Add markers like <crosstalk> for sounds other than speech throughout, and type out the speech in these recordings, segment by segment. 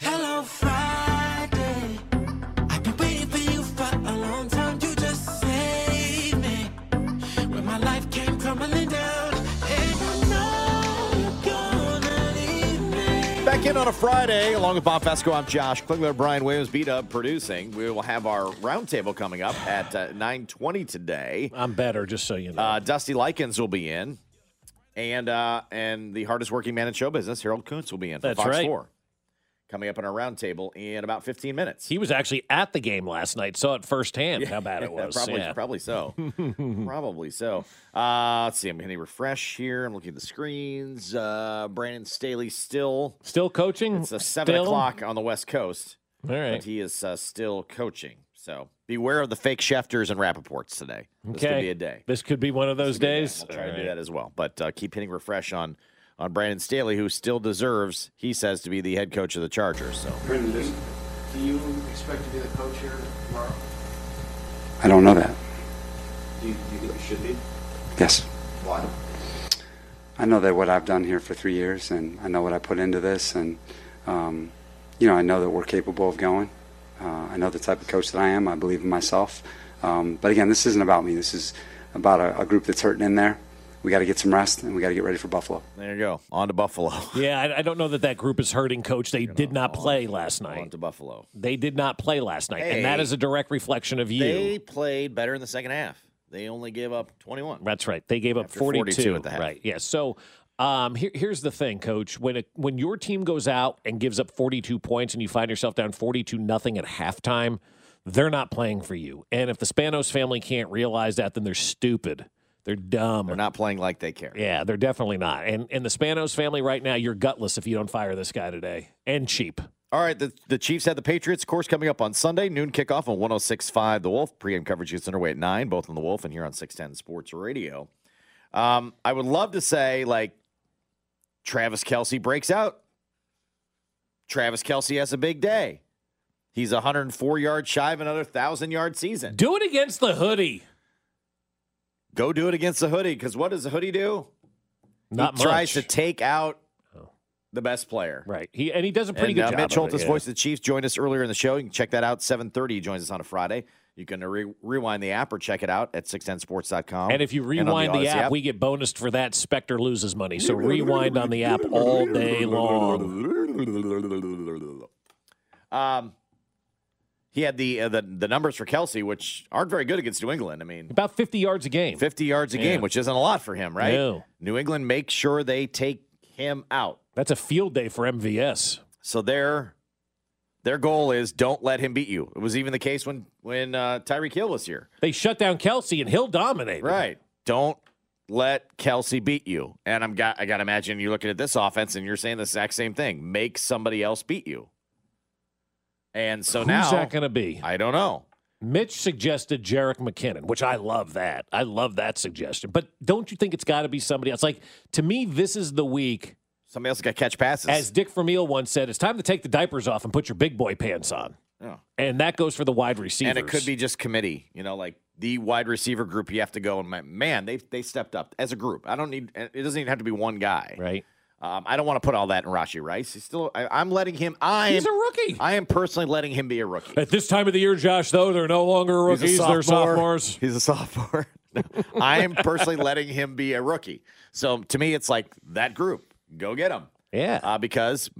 Hello Friday. I've been waiting for you for a long time. You just saved me when my life came crumbling down. And I know you're gonna leave me. Back in on a Friday, along with Bob Fesco, I'm Josh Klingler, Brian Williams, B Dub producing. We will have our roundtable coming up at uh, 9:20 today. I'm better, just so you know. Uh, Dusty Likens will be in, and uh, and the hardest working man in show business, Harold Kuntz, will be in for That's Fox right. 4. Coming up on our roundtable in about 15 minutes. he was actually at the game last night, saw it firsthand how <laughs> bad it Yeah, was. probably, yeah. probably <laughs> so. probably so. Uh, let's see. I'm going to refresh here. I'm looking at the screens. Uh, Brandon Staley still. Still coaching? It's a seven Still? o'clock on the West Coast. All but right. he is uh, still coaching. So beware of the fake Schefters and Rappaports today. This Okay. could be a day. This could be one of those days. I'll try All to do right. that as well. But uh, keep hitting refresh on on Brandon Staley, who still deserves, he says, to be the head coach of the Chargers. So Do you expect to be the coach here tomorrow? I don't know that. Do you, do you think you should be? Yes. Why? I know that what I've done here for three years, and I know what I put into this, and um, you know, I know that we're capable of going. Uh, I know the type of coach that I am. I believe in myself. Um, but again, this isn't about me. This is about a, a group that's hurting in there. We got to get some rest, and we got to get ready for Buffalo. there you go. On to Buffalo. Yeah, I, I don't know that that group is hurting, coach. They <laughs> did not play last On night. to Buffalo. They did not play last night. Hey. and that is a direct reflection of you. They played better in the second half. They only gave up 21. That's right. They gave up After 42, 42 at the half. Right. Yeah. So um, here, here's the thing, coach. When a, when your team goes out and gives up 42 points and you find yourself down 42 nothing at halftime, they're not playing for you. And if the Spanos family can't realize that, then they're stupid. They're dumb. They're not playing like they care. yeah, they're definitely not. And and the Spanos family right now, you're gutless if you don't fire this guy today. And cheap. All right, the, the Chiefs had the Patriots. Of course, coming up on Sunday, noon kickoff on 106.5 The Wolf. Pre-game coverage gets underway at 9, both on The Wolf and here on 610 Sports Radio. Um, I would love to say, like, Travis Kelsey breaks out. Travis Kelsey has a big day. He's 104 yards shy of another 1,000-yard season. Do it against the hoodie. Go do it against the hoodie, because what does the hoodie do? Not he tries to much. Oh. take out the best player. right. He and he does a pretty and, good uh, job. Mitch of it, Holtis, yeah. voice of the Chiefs, joined us earlier in the show. You can check that out. 7.30, he joins us on a Friday. You can re- rewind the app or check it out at 610sports.com. And if you Um, on rewind the, Odyssey app, we get bonus for that. Spectre loses money. So rewind on the app all day long. Um, he had the, uh, the the numbers for Kelsey, which aren't very good against New England. I mean, About 50 yards a game. 50 yards a Yeah. game, which isn't a lot for him, right? No. New England make sure they take him out. That's a field day for MVS. So their their goal is don't let him beat you. It was even the case when when uh, Tyreek Hill was here. They shut down Kelsey and he'll dominate. Right. Don't let Kelsey beat you. And I'm got I gotta imagine you're looking at this offense and you're saying the exact same thing. Make somebody else beat you. And so Who's now that going to be? I don't know. Mitch suggested Jarek McKinnon, which I love that. I love that suggestion. But don't you think it's got to be somebody else? Like, to me, this is the week, Somebody else got catch passes. as Dick Vermeil once said, it's time to take the diapers off and put your big boy pants on. Yeah. And that goes for the wide receivers. and it could be just committee, you know, like the wide receiver group you have to go and ma- man, they they stepped up as a group. I don't need it doesn't even have to be one guy. Right. Um, I don't want to put all that in Rashi Rice. He's still I, I'm letting him I He's a am rookie. I am personally letting him be a rookie. At this time of the year, Josh, though, they're no longer He's a rookies. They're sophomore. sophomores. He's a sophomore. <laughs> No, I am personally letting him be a rookie. So to me, it's like that group. Go get him Yeah. uh, because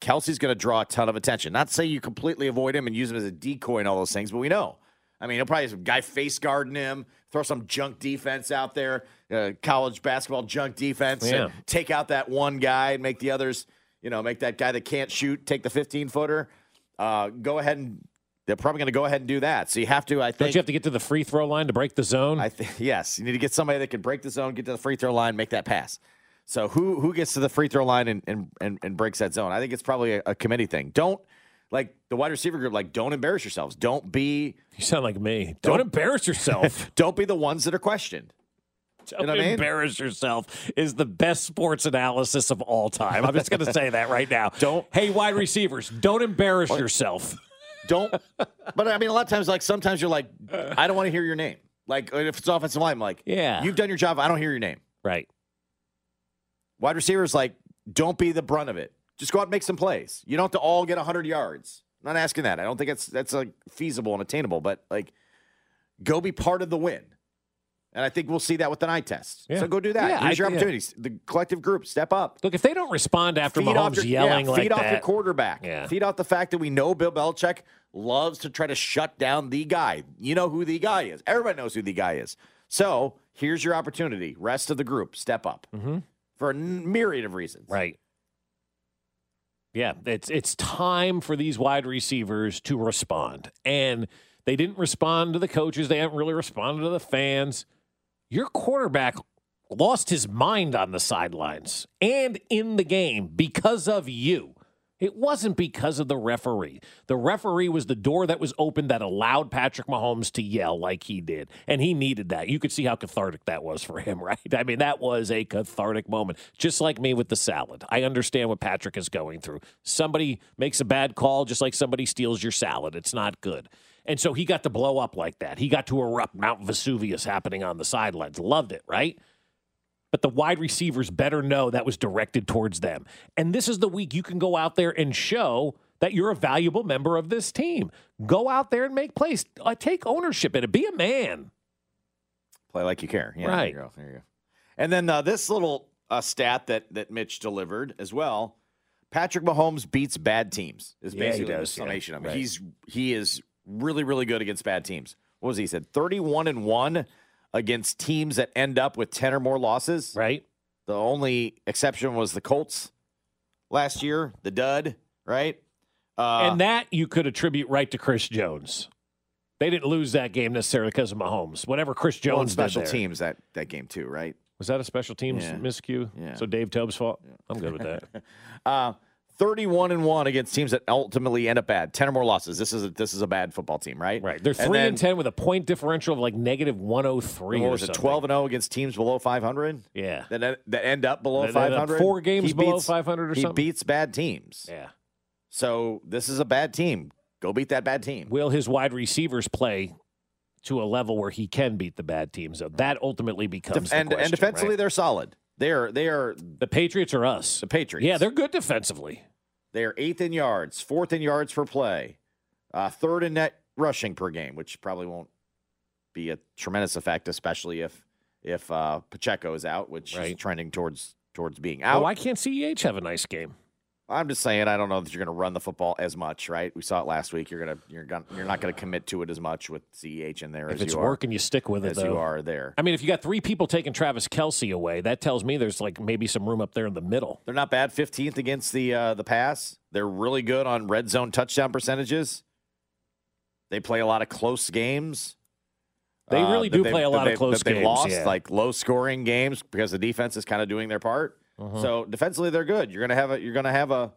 Kelsey's going to draw a ton of attention. Not to say you completely avoid him and use him as a decoy and all those things, but we know. I mean, he'll probably have some guy face guarding him, throw some junk defense out there, uh, college basketball junk defense, Yeah. and take out that one guy and make the others, you know, make that guy that can't shoot take the 15 footer. Uh, go ahead and they're probably going to go ahead and do that. So you have to, I Don't think. you have to get to the free throw line to break the zone? I think <laughs> yes, you need to get somebody that can break the zone, get to the free throw line, make that pass. So who who gets to the free throw line and and and, and breaks that zone? I think it's probably a, a committee thing. Don't like the wide receiver group. Like don't embarrass yourselves. Don't be you sound like me. Don't, embarrass yourself. <laughs> don't be the ones that are questioned. Don't know what I mean? embarrass yourself is the best sports analysis of all time. I'm just going to say that right now. <laughs> Don't- Hey, wide receivers, don't embarrass yourself. Don't. but I mean, a lot of times, like sometimes you're like, I don't want to hear your name. Like if it's offensive line, I'm like, Yeah. you've done your job. I don't hear your name. Right. Wide receivers, like, don't be the brunt of it. Just go out and make some plays. You don't have to all get 100 yards. I'm not asking that. I don't think it's that's like feasible and attainable, but like, go be part of the win. And I think we'll see that with an eye test. Yeah. So go do that. Yeah, Use your I- yeah. opportunities. The collective group, step up. Look, if they don't respond after Feed off Mahomes your, yeah, yelling like feed off your that, quarterback. Yeah. Feed off the fact that we know Bill Belichick loves to try to shut down the guy. You know who the guy is. Everybody knows who the guy is. So here's your opportunity. Rest of the group, step up Mhm. for a myriad of reasons. right? Yeah, it's it's time for these wide receivers to respond, and they didn't respond to the coaches. They haven't really responded to the fans. Your quarterback lost his mind on the sidelines and in the game because of you. It wasn't because of the referee. The referee was the door that was open that allowed Patrick Mahomes to yell like he did. And he needed that. You could see how cathartic that was for him, <laughs> right? I mean, that was a cathartic moment. Just like me with the salad. I understand what Patrick is going through. Somebody makes a bad call, just like somebody steals your salad. It's not good. And so he got to blow up like that. He got to erupt Mount Vesuvius happening on the sidelines. Loved it, right? but the wide receivers better know that was directed towards them. And this is the week you can go out there and show that you're a valuable member of this team. Go out there and make plays. Uh, take ownership in it. Be a man. Play like you care. Yeah, Right. There you go. There you go. And then uh, this little uh, stat that that Mitch delivered as well. Patrick Mahomes beats bad teams. Is Yeah, he basically the does, yeah. summation of it. Right. He's he is really really good against bad teams. What was he He said? Thirty one and one against teams that end up with ten or more losses. Right? The only exception was the Colts last year, the dud, right? Uh, and that you could attribute right to Chris Jones. They didn't lose that game necessarily because of Mahomes. Whatever Chris well, and Jones did special there. teams that that game too, right? Was that a special teams Yeah. miscue? Yeah. So Dave Tubbs' fault? I'm good <laughs> with that. Uh, 31 and 1 against teams that ultimately end up bad. 10 or more losses. This is a, this is a bad football team, right? right. They're 3 and, then- 10 with a point differential of like negative 103 What or was it? something. 12 and 0 against teams below 500? Yeah. That en- that end up below That end up 500. four games He below beats- 500 or he something. beats bad teams. Yeah. So this is a bad team. Go beat that bad team. will his wide receivers play to a level where he can beat the bad teams? Though that ultimately becomes the and question, and defensively right? they're solid. They're they are the Patriots are us. the Patriots. yeah, they're good defensively. They're eighth in yards, fourth in yards per play, uh, third in net rushing per game, which probably won't be a tremendous effect, especially if if uh, Pacheco is out, which is Right. trending towards towards being out. Oh, why can't Ceh have a nice game? I'm just saying, I don't know that you're going to run the football as much, right? We saw it last week. You're gonna you're gonna you're not going to commit to it as much with Ceh in there If as it's you are working, you stick with it. as though. you are there. I mean, if you got three people taking Travis Kelsey away, that tells me there's like maybe some room up there in the middle. They're not bad. 15th against the uh, the pass. They're really good on red zone touchdown percentages. They play a lot of close games. They uh, really that do they- play a that lot of they- close that they games, Lost yeah. like low scoring games because the defense is kind of doing their part. Uh-huh. So defensively, they're good. You're gonna have a you're gonna have a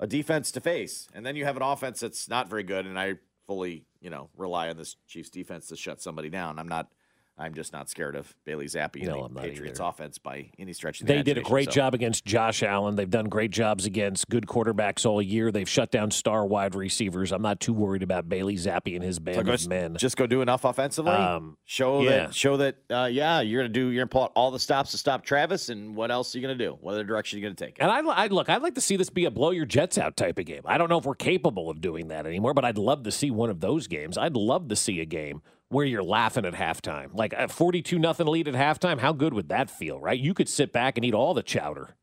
a defense to face, and then you have an offense that's not very good. And I fully you know rely on this Chiefs defense to shut somebody down. I'm not. I'm just not scared of Bailey Zappi and No, the I'm not Patriots either. offense by any stretch of the They did a imagination, great so. job against Josh Allen. They've done great jobs against good quarterbacks all year. They've shut down star wide receivers. I'm not too worried about Bailey Zappi and his So band go s- of men. "Oh, Just go do enough offensively. Um, show yeah. that show that uh, yeah, you're gonna do you're gonna pull out all the stops to stop Travis, and what else are you gonna do? What other direction are you gonna take? it? And I, I look, I'd like to see this be a blow your jets out type of game. I don't know if we're capable of doing that anymore, but I'd love to see one of those games. I'd love to see a game where you're laughing at halftime, like a 42 nothing lead at halftime. How good would that feel, right? You could sit back and eat all the chowder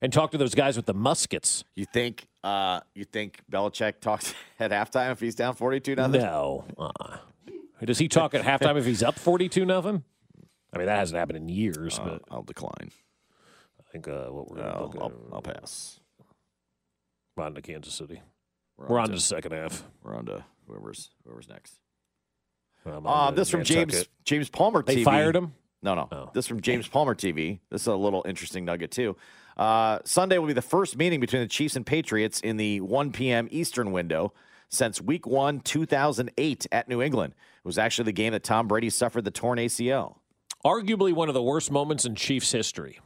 and talk to those guys with the muskets. You think uh, you think Belichick talks <laughs> at halftime if he's down forty two nothing? No. Uh-uh. Does he talk at halftime if he's up 42 nothing? I mean, that hasn't happened in years, Uh, but I'll decline. I think uh, what we're going to I'll, look I'll, at- I'll pass. on to Kansas City. We're on to the second half. We're on to whoever's whoever's next. Um, Uh, this from James James Palmer. They TV. fired him. No, no. Oh. This from James Palmer TV. This is a little interesting nugget too. Uh, Sunday will be the first meeting between the Chiefs and Patriots in the 1 p.m. Eastern window since Week One, 2008, at New England. It was actually the game that Tom Brady suffered the torn ACL. Arguably one of the worst moments in Chiefs history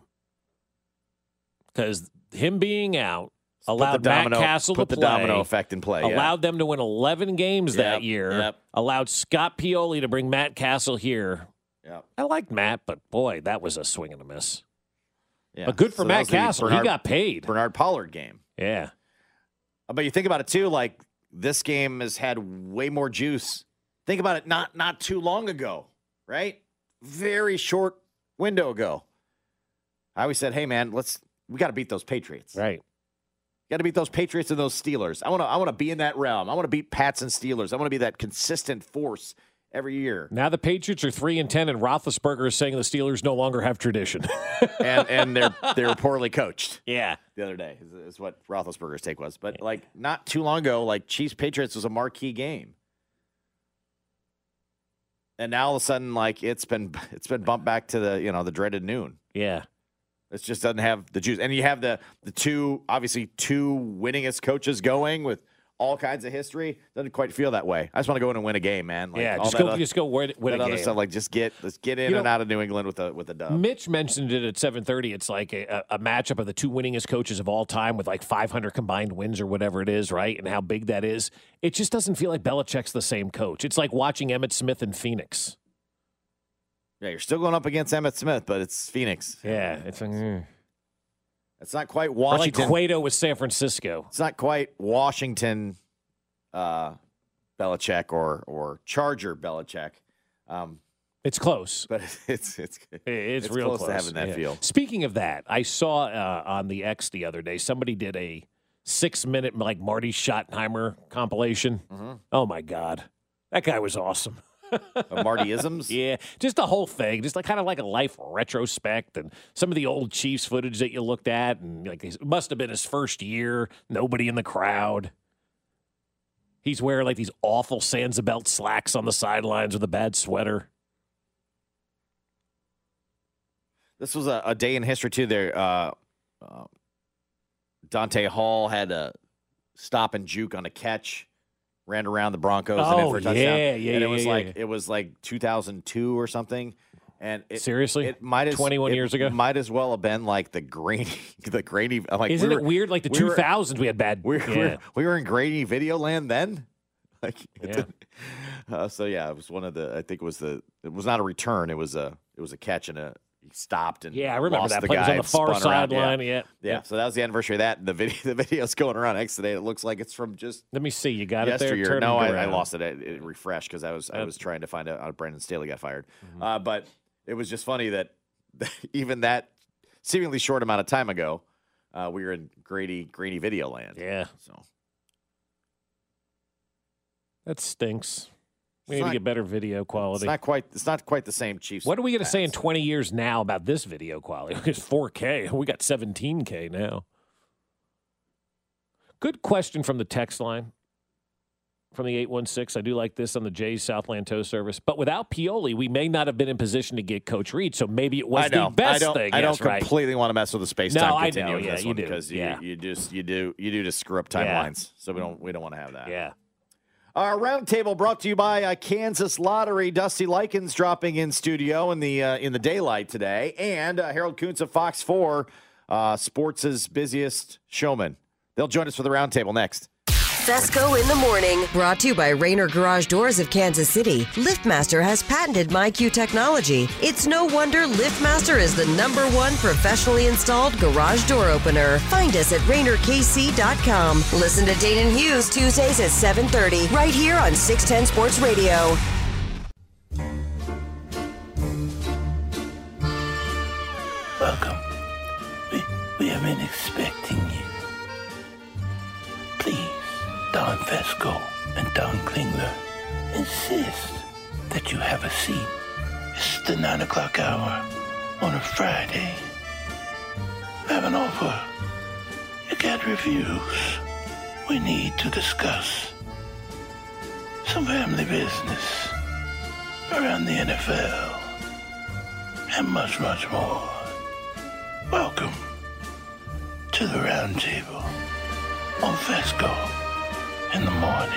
because him being out put allowed the domino, Matt Castle put to the play, domino effect in play. yeah. allowed them to win 11 games that Yep, year, yep. allowed Scott Pioli to bring Matt Castle here. Yep. I liked Matt, but boy, that was a swing and a miss. Yeah. But good for So that Matt was the Castle. Bernard- he got paid. Bernard Pollard game. Yeah. But you think about it too, like this game has had way more juice. Think about it not not too long ago, right? Very short window ago. I always said, hey man, let's we gotta beat those Patriots. Right. Gotta beat those Patriots and those Steelers. I wanna I wanna be in that realm. I wanna beat Pats and Steelers. I wanna be that consistent force every <laughs> year. Now the Patriots are three and ten, and Roethlisberger is saying the Steelers no longer have tradition. <laughs> and and they're they're poorly coached. yeah. the other day is, is what Roethlisberger's take was. But like not too long ago, like Chiefs Patriots was a marquee game, and now all of a sudden, like it's been <laughs> it's been bumped back to the you know the dreaded noon. Yeah. It just doesn't have the juice, and you have the the two obviously two winningest coaches going with all kinds of history. Doesn't quite feel that way. I just want to go in and win a game, man. Like, yeah. all Just that go. oth- just go. Win, win that a other game. stuff, like uh, just get let's get in You and know- out of New England with a with a dub. Mitch mentioned it at seven thirty. It's like a, a a matchup of the two winningest coaches of all time with like five hundred combined wins or whatever it is, right? And how big that is. It just doesn't feel like Belichick's the same coach. It's like watching Emmett Smith in Phoenix. Yeah, you're still going up against Emmett Smith, but it's Phoenix. Yeah. It's like, mm. It's not quite or like Washington. Cueto with San Francisco. it's not quite Washington, uh, Belichick or or Charger Belichick, um, It's close. but <laughs> it's <laughs> it's It- It's, It's real close, close to having that feel. Speaking of that, I saw uh, on the X the other day somebody did a six-minute like Marty Schottenheimer compilation. Mm-hmm. Oh my god, that guy was awesome. <laughs> uh, Martyisms. Yeah, just the whole thing, just like kind of like a life retrospect and some of the old Chiefs footage that you looked at, and like it must have been his first year, nobody in the crowd. He's wearing like these awful Sansa belt slacks on the sidelines with a bad sweater. This was a, a day in history too. There, uh, uh, Dante Hall had a stop and juke on a catch, ran around the Broncos and in Oh, for a touchdown. yeah, yeah, and yeah, it was yeah, like yeah. it was like 2002 or something. And it, Seriously? it might as 21 it years ago? might as well have been like the grainy, <laughs> the grainy. Like Isn't we it were- weird? Like the we were- 2000s, we had bad. We <laughs> yeah. were, we were in grainy video land then. <laughs> Like, it Yeah. didn't- <laughs> uh, so yeah, it was one of the. I think it was the. It was not a return. It was a. It was a catch and a. He stopped and Yeah, I remember lost that the play It was guy on the and far spun around. Yeah. sideline. Yeah. Yeah. so that was the anniversary of that. And the video, <laughs> the video's going around X today. It looks like it's from just Let me see. You got it there. yesteryear. Turn no, it I, I around. lost it. It, it refreshed because I was I Yep. Mm-hmm. was trying to find out how Brandon Staley got fired. Uh, but it was just funny that <laughs> even that seemingly short amount of time ago, uh, we were in grainy grainy video land. Yeah, So that stinks. We It's need not- to get better video It's quality. not quite. It's not quite the same Chiefs. What are we going to say in pass. 20 years now about this video quality? <laughs> It's 4K. We got 17K now. Good question from the text line from the 816. I do like this on the Jays Southland Tow Service. But without Pioli, we may not have been in position to get Coach Reed. So maybe it was I know. the best I don't, thing. I don't Yes, right. completely want to mess with the space time. No, I know. continuum in Yeah, this you one do. because you, Yeah. you just you do you do just screw up Yeah. timelines. So we don't we don't want to have that. Yeah. Our roundtable brought to you by uh, Kansas Lottery. Dusty Likens dropping in studio in the uh, in the daylight today, and uh, Harold Kuntz of Fox Four, uh, sports' busiest showman. They'll join us for the roundtable next. Fesco in the morning. Brought to you by Rainer Garage Doors of Kansas City. LiftMaster has patented MyQ technology. It's no wonder LiftMaster is the number one professionally installed garage door opener. Find us at RainerKC.com. Listen to Dayton Hughes Tuesdays at 7:30 right here on 610 Sports Radio. Welcome. We, we have been expecting. Don Fesco and Don Klingler insist that you have a seat. It's the 9 o'clock hour on a Friday. I have an offer. You can't refuse. We need to discuss some family business around the NFL and much, much more. Welcome to the roundtable on Fesco in the morning.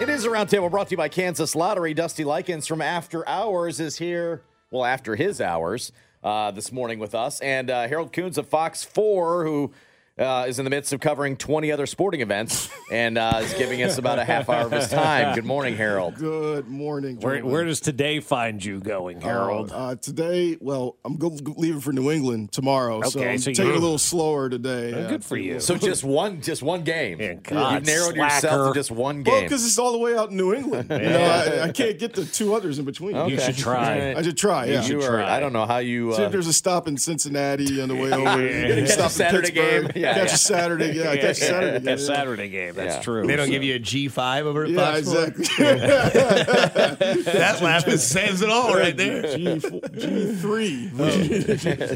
It is a roundtable brought to you by Kansas Lottery. Dusty Likens from After Hours is here. Well, after his hours uh, this morning with us, and uh, Harold Coons of Fox Four, who uh, is in the midst of covering 20 other sporting events and uh, is giving us about a half hour of his time. Good morning, Harold. Good morning. Where, gentlemen. where does today find you going, Harold? Uh, uh, today, well, I'm go- leaving for New England tomorrow, so Okay, I'm so taking you- a little slower today. uh, Well, yeah. good for you. So just one, just one game. God, you narrowed yourself slacker. to just one Well, game. because it's all the way out in New England. You know, I, I can't get the two others in between. Okay. You should try. <laughs> I should try. Yeah. You are- I don't know how you. See Uh, if there's a stop in Cincinnati on the way over. <laughs> yeah. Stop Catch a in Saturday Pittsburgh. game. <laughs> Yeah, catch yeah. a Saturday. Yeah, catch a Saturday. That game. Saturday game. That's Yeah. true. They don't give you a G5 over at Yeah, Fox Sports? exactly. That laugh is, says it all right there. G G three. <laughs>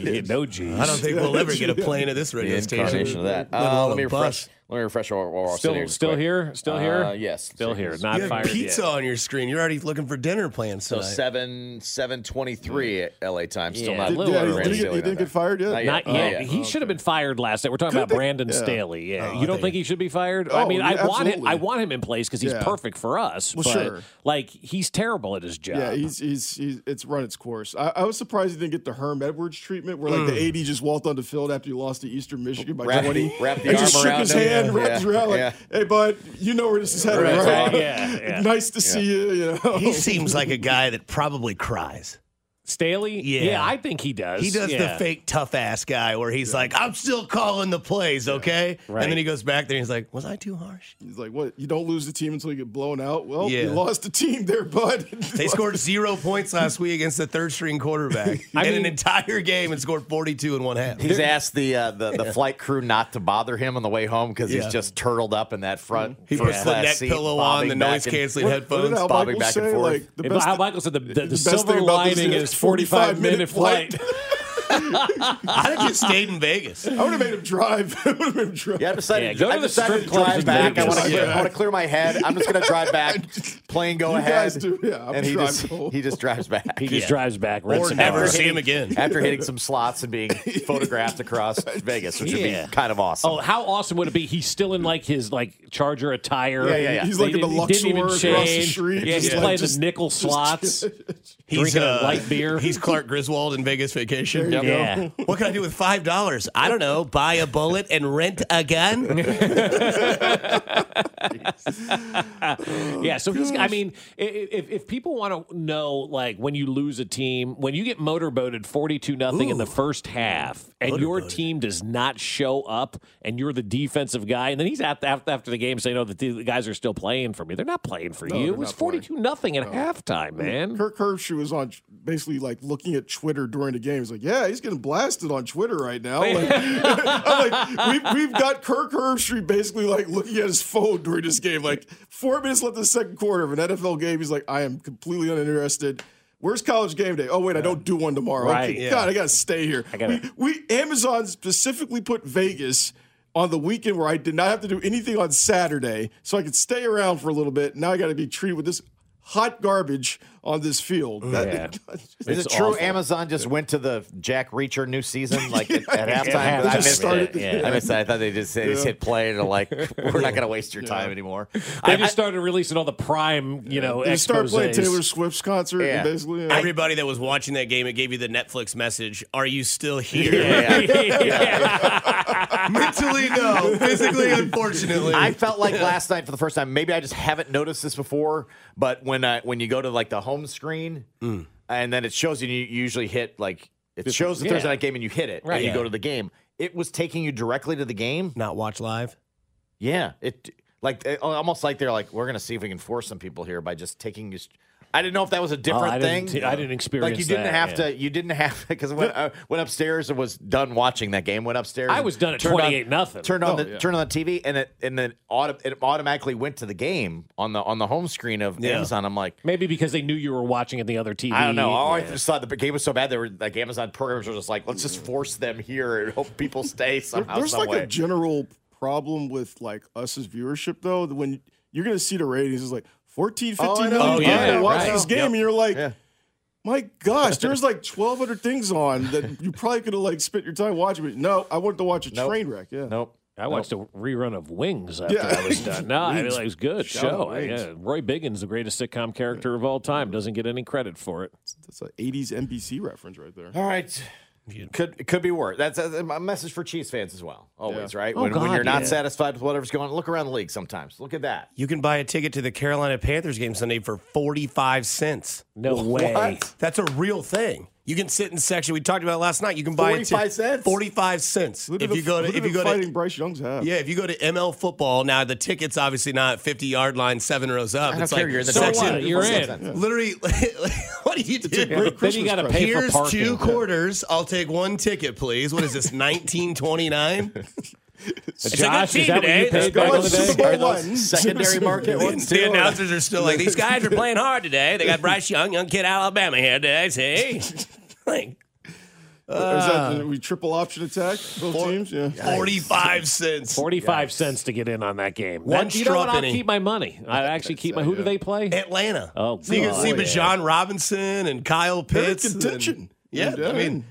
Yeah, no G's. I don't think we'll ever get a plane at this radio the incarnation station. of that. Let Uh, alone let me a refresh. bus. Let me refresh. Our, our still, scenery still quick. here. Still here. Uh, yes, Still here. Not You have fired pizza yet. on your screen. You're already looking for dinner plans So tonight. seven seven twenty three at LA time. Still Yeah. not. Did- Little yeah, you early. didn't get- Still you didn't get fired yet? Not yet. Not yet. Oh, Not yet. He should have been fired last night. We're talking about Brandon Staley. Yeah, you don't think he should be fired? I Oh, mean, yeah, I want him. absolutely. I want him in place because he's Yeah. perfect for us. Well, but sure. like he's terrible at his job. Yeah, Uh, he's, he's he's it's run its course. I, I was surprised he didn't get the Herm Edwards treatment, where like the AD just walked on the field after you lost to Eastern Michigan by Mm. Wrap the- twenty. wrap the and just arm shook around his him. hand, Yeah, wrapped his around, like, yeah. "Hey, bud, you know where this is headed, Right, right? yeah, yeah. <laughs> nice to see you." You <laughs> know, he seems like a guy that probably cries. Staley. Yeah. I think he does. He does Yeah. the fake tough ass guy where he's like, I'm still calling the plays, okay? Right. And then he goes back there and he's like, Was I too harsh? he's like, "What? You don't lose the team until you get blown out." Well, you Yeah. lost the team there, bud. <laughs> They scored zero points last week against the third string quarterback <laughs> I in an mean- entire game and scored 42 in one half. He's asked the, uh, the the flight crew not to bother him on the way home because Yeah. he's just turtled up in that front. He first puts the class neck seat, pillow on, bobbing the back noise and- canceling What did headphones. Al bobbing Michael back and say? forth. Like the If- best. how Michael said the, the, the, the best silver thing about this lining is is 45 45-minute minute flight. <laughs> I'd have just stayed in Vegas. I would have made him drive. <laughs> I would have made him drive. Yeah, I've decided. Yeah, go to I've the decided strip to club drive in back. I Vegas. want to clear. Yeah. I want to clear my head. I'm just going to drive back. Plane go You ahead. guys do- yeah, I'm and he just driving home. he just drives back. <laughs> He just Yeah. drives back. rents Or an never hour. see him again. after hitting some slots and being photographed across Vegas, which Yeah. would be kind of awesome. Oh, how awesome would it be? He's still in like his like Charger attire. Yeah, yeah, yeah. He's They like in the didn't- he Luxor didn't even across the change. street. Yeah, just he's like- playing just- the nickel just- <laughs> slots, drinking a light beer. uh, He's Clark Griswold in Vegas vacation. There you Yeah. go. What can I do with five dollars? I don't know. Buy a bullet and rent <laughs> a gun. yeah. So he's. I mean, i- i- if if people want to know, like, when you lose a team, when you get motorboated forty-two nothing in the first half, and your team does not show up, and you're the defensive guy, and then he's after after, after the game saying, "Oh, the, the guys are still playing for me. They're not playing for you. It was forty-two nothing at halftime, man." Kirk Herbstreit was on basically like looking at Twitter during the game. He's like, "Yeah, he's getting blasted on Twitter right now." Like, <laughs> I'm like, we've, we've got Kirk Herbstreit basically like looking at his phone during this game. Like four minutes left in the second quarter of an NFL game, he's like, "I am completely uninterested." Where's college game day? Oh wait, I don't do one tomorrow. <laughs> Right, Okay, yeah. God, I gotta stay here. gotta- we, we Amazon specifically put Vegas. On the weekend where I did not have to do anything on Saturday, so I could stay around for a little bit. Now I got to be treated with this hot garbage on this field. That- <laughs> Is it It's true awful. Amazon just went to the Jack Reacher new <laughs> season like at, at halftime? Yeah, I they missed just it. started- yeah. I missed that. I thought they just, they just hit play and they're like, we're not going to waste your time anymore. They I, just started releasing all the prime, you know, They start playing exposés. Taylor Swift's concert, Yeah. and basically. yeah. Everybody that was watching that game, it gave you the Netflix message: "Are you still here?" <laughs> <laughs> Mentally, <laughs> no. Physically, unfortunately. I felt like last night for the first time. Maybe I just haven't noticed this before, but when I, when you go to like the home screen Mm. and then it shows you, you usually hit like it shows the Thursday Yeah. night game and you hit it, Right. and you Yeah. go to the game. It was taking you directly to the game. not watch live. eh, Yeah, it like it- almost like they're like we're gonna see if we can force some people here by just taking you. st- I didn't know if that was a different Oh, I thing. didn't t- I didn't experience Like you didn't that, have yeah. to. You didn't have because when I went upstairs and was done watching that game. Went upstairs. I and was done at turned on- 28 nothing. Turned on Oh, the yeah. turned on the TV and it and then auto, it automatically went to the game on the on the home screen of Yeah. Amazon. I'm like. Maybe because they knew you were watching at the other TV. I don't know. Oh, I Yeah. just thought the game was so bad. They were like Amazon programs were just like, let's just force them here and hope people stay There- somehow. there's some like way. a general problem with like us as viewership though that when you're gonna see the ratings it's like 14 Oh, I 15 know. million Oh, people yeah, watch right. this game Yep. and you're like my gosh there's like 12 other things on that you probably could have like spent your time watching but no i wanted to watch a Nope. train wreck yeah Nope. I watched a rerun of Wings after Yeah. I was <laughs> done. No, I mean, Wings. it was good Shout show. out Wings. Yeah, Roy Biggins, the greatest sitcom character of all time, doesn't get any credit for it. that's an 80s nbc reference right there All right. Could it could be worse. That's a, a message for Chiefs fans as well. Always, right? Oh, when, when God, you're not yeah. satisfied with whatever's going on, look around the league sometimes. Look at that. You can buy a ticket to the Carolina Panthers game Sunday for 45 cents. No way. <laughs> That's a real thing. You can sit in section. We talked about it last night. You can buy a 45 ticket- cents? 45 cents. Look at If the- you go to look at if you the go fighting to bryce young's hat yeah, if you go to ML football now, the ticket's obviously not 50 yard line, seven rows up. I don't it's care. like You're in the So section. what? You're in. Literally, <laughs> what do you do? a great Then you Christmas got to present. pay Here's for parking. two quarters. I'll take one ticket, please. What is this? 1929. Josh, team is that what today. you Let's paid go back on in the Super day? Bowl. Are those one. secondary market ones the too, or- announcers are still like, these guys are playing hard today. They got <laughs> Bryce Young, young kid out of Alabama here today. See, like Or is that the- we triple option attack both teams yeah 45 cents. Forty-five cents to get in on that game. One That- you know what? I'll struppenny. keep my money. I actually keep my. Who do they play? Atlanta. Oh, so you can God. see Oh, yeah. Bajan Robinson and Kyle They're in Pitts. and- contention. yeah, I mean,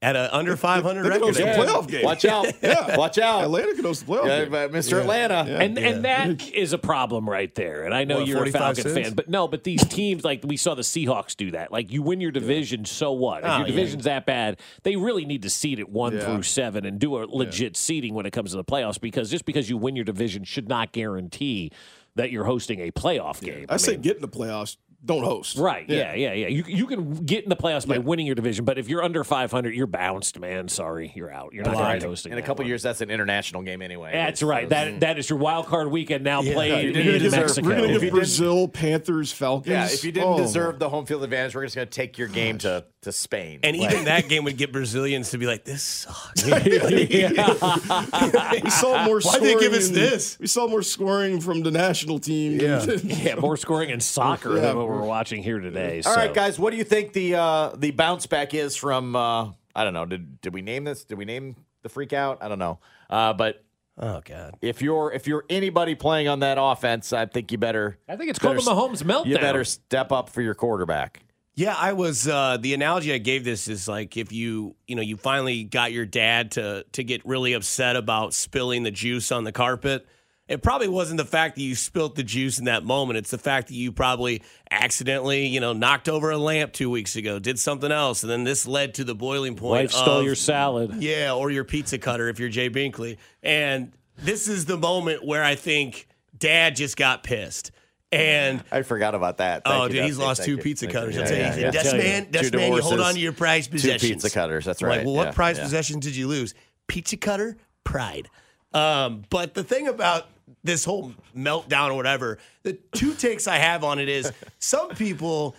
at a under 500 They record. host a they- playoff game Watch out. Yeah. Watch out. atlanta could host the playoff Yeah, game. but Mr. Atlanta. And and that is a problem right there. And I know What, you're a 45 Falcon cents? fan, but no, but these teams like we saw the Seahawks do that. Like you win your division, so what? If Oh, your yeah. division's that bad, they really need to seed it one Yeah. through seven and do a legit seeding when it comes to the playoffs. Because just because you win your division should not guarantee that you're hosting a playoff game. i say mean, get in the playoffs don't host Right, yeah, yeah, yeah. You, you can get in the playoffs by winning your division, but if you're under 500, you're bounced, man. Sorry, you're out. You're not gonna be hosting. In a that couple one. years, that's an international game anyway. uh, That's So right. That that is your wild card weekend now Yeah. played You didn't in deserve- Mexico. We're If you gonna didn't- give Brazil, Panthers, Falcons. Yeah, if you didn't Oh, deserve the home field advantage, we're just going to take your game to, to Spain. And Like, even that game would get Brazilians to be like, this <laughs> sucks. <laughs> we saw more. Why'd scoring they give us in- this? We saw more scoring from the national team. Yeah. <laughs> Yeah, more scoring in soccer Yeah. than what we're watching here today. All so. right, guys, what do you think the uh, the bounce back is from? Uh, I don't know. Did did we name this? Did we name the freak out? I don't know. Uh, but Oh, God. if you're if you're anybody playing on that offense, I think you better. I think it's better called the s- Mahomes meltdown. You better step up for your quarterback. Yeah, I was uh, the analogy I gave this is like if you you know you finally got your dad to to get really upset about spilling the juice on the carpet. It probably wasn't the fact that you spilt the juice in that moment. It's the fact that you probably accidentally, you know, knocked over a lamp two weeks ago, did something else, and then this led to the boiling point. Wife stole of- your salad. yeah, or your pizza cutter if you're Jay Binkley. And this is the moment where I think dad just got pissed. And I forgot about that. Thank oh, you, dude, he's Dusty. lost Thank two you. pizza Thank you. cutters. Yeah, I'll tell yeah, you, yeah. that's Tell you. man, that's Two man. You hold divorces, on to your prized two possessions. pizza cutters, that's I'm like, right. well, what Yeah, prized yeah. possession did you lose? Pizza cutter, pride. Um, but the thing about this whole meltdown or whatever, the two takes I have on it <laughs> is some people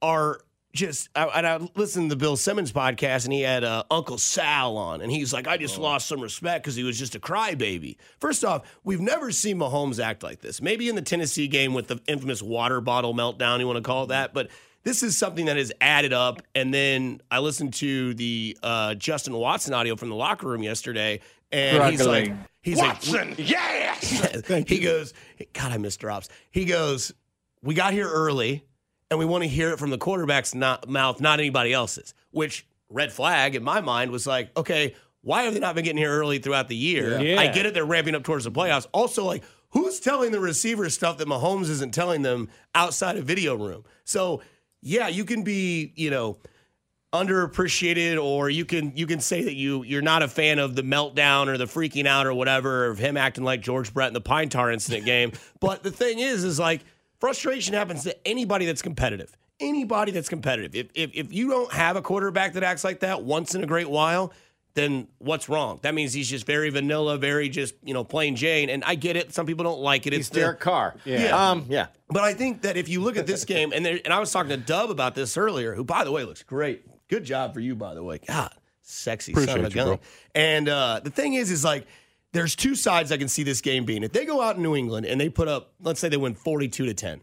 are just I, and I listened to Bill Simmons podcast and he had uh, Uncle Sal on and he's like I Oh. just lost some respect because he was just a crybaby. First off, we've never seen Mahomes act like this. Maybe in the Tennessee game with the infamous water bottle meltdown, you want to call it that, but this is something that is added up. And then I listened to the uh, Justin Watson audio from the locker room yesterday, and he's like, he's like, <laughs> yes! he goes, God, I missed drops. He goes, we got here early and we want to hear it from the quarterback's not, mouth, not anybody else's, which red flag in my mind was like, okay, why have they not been getting here early throughout the year? Yeah. I get it. They're ramping up towards the playoffs. Also, like, who's telling the receiver stuff that Mahomes isn't telling them outside of video room? So, yeah, you can be, you know, underappreciated or you can you can say that you you're not a fan of the meltdown or the freaking out or whatever of him acting like George Brett in the Pine Tar incident <laughs> game. But the thing is is like frustration happens to anybody that's competitive. Anybody that's competitive. If if if you don't have a quarterback that acts like that once in a great while, then what's wrong? That means he's just very vanilla, very just you know plain Jane. And I get it. Some people don't like it. He's It's their Derek Carr. Yeah. Yeah. Um, yeah. But I think that if you look at <laughs> this game, and there, and I was talking to Dub about this earlier, who by the way looks great. Good job for you, by the way. God, sexy son Appreciate of you, a gun. bro. And uh, the thing is, is like there's two sides I can see this game being. If they go out in New England and they put up, let's say they win 42 to 10,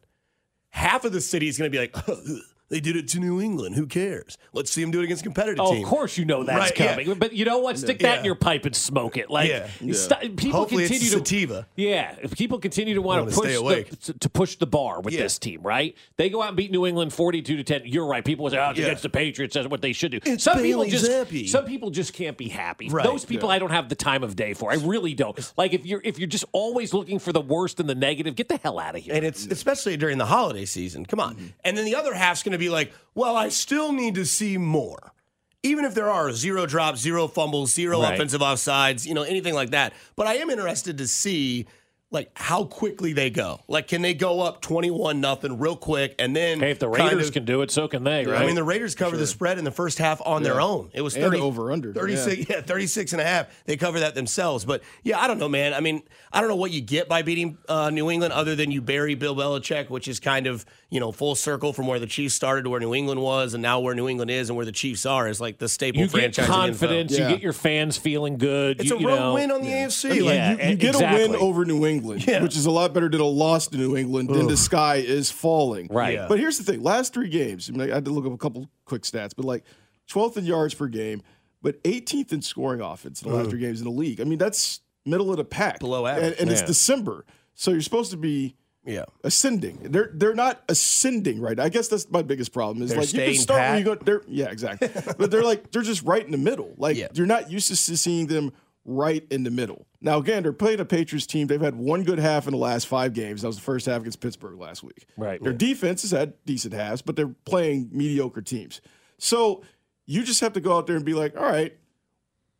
half of the city is going to be like, <laughs> they did it to New England. Who cares? Let's see them do it against a competitive Oh, team. of course you know that's Right, yeah. coming. But you know what? Stick that in Yeah. your pipe and smoke it. Like Yeah. you Yeah. st- people Hopefully it's continue to sativa. Yeah, if people continue to want Wanna to stay push awake. the, to- to push the bar with Yeah. this team, right? They go out and beat New England forty-two to ten. You're right. People say, "Oh, it's Yeah. against the Patriots." That's what they should do. It's some people Bailey just Zappi. some people just can't be happy. Right. Those people Yeah. I don't have the time of day for. I really don't. Like if you're if you're just always looking for the worst and the negative, get the hell out of here. And it's especially during the holiday season. Come Mm-hmm. on. And then the other half's going to be like, well, I still need to see more. Even if there are zero drops, zero fumbles, zero Right. offensive offsides, you know, anything like that. But I am interested to see like how quickly they go. Like can they go up 21 nothing real quick and then Hey, if the kind Raiders of- can do it, so can they, right? I mean, the Raiders covered the spread in the first half on their Yeah. own. It was And 30 over under, 36 yeah. yeah. 36 and a half. They cover that themselves. But yeah, I don't know, man. I mean, I don't know what you get by beating uh, New England other than you bury Bill Belichick, which is kind of, you know, full circle from where the Chiefs started to where New England was and now where New England is and where the Chiefs are is like the staple you get franchise. in the NFL. confidence. You get your fans feeling good. It's you, a you road know. win on the AFC. I mean, Yeah, you, you e- get a exactly. win over New England, which is a lot better than a loss to New England. Then the Ugh. sky is falling. Right. Yeah. But here's the thing: last three games, I, mean, I had to look up a couple quick stats, but like 12th in yards per game, but 18th in scoring offense in the last Ugh. three games in the league. I mean, that's middle of the pack, Below average. and, and it's Yeah. December, so you're supposed to be. Yeah. Ascending, they're they're not ascending right. now. I guess that's my biggest problem. Is They're like you can staying start pat. when you go. They're, yeah, exactly. but they're like they're just right in the middle. Like you're not used to seeing them right in the middle. Now again, they're playing a Patriots team. They've had one good half in the last five games. That was the first half against Pittsburgh last week. Right. Their defense has had decent halves, but they're playing mediocre teams. So you just have to go out there and be like, all right,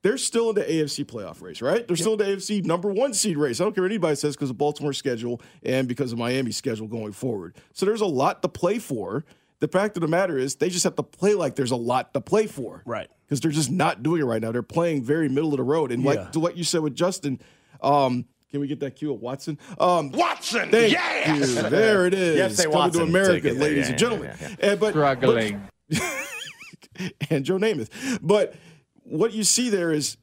they're still in the AFC playoff race, right? They're still in the AFC number one seed race. I don't care what anybody says because of Baltimore's schedule and because of Miami's schedule going forward. So there's a lot to play for. The fact of the matter is, they just have to play like there's a lot to play for. Right. Because they're just not doing it right now. They're playing very middle of the road. And Yeah. like to what you said with Justin, um, can we get that cue of Watson? Um, Watson, thank yes! you. There it is. You have to say Coming Watson to to America, get there. ladies and Yeah, yeah, gentlemen. yeah, And- but- Struggling. But, <laughs> and Joe Namath. But what you see there is,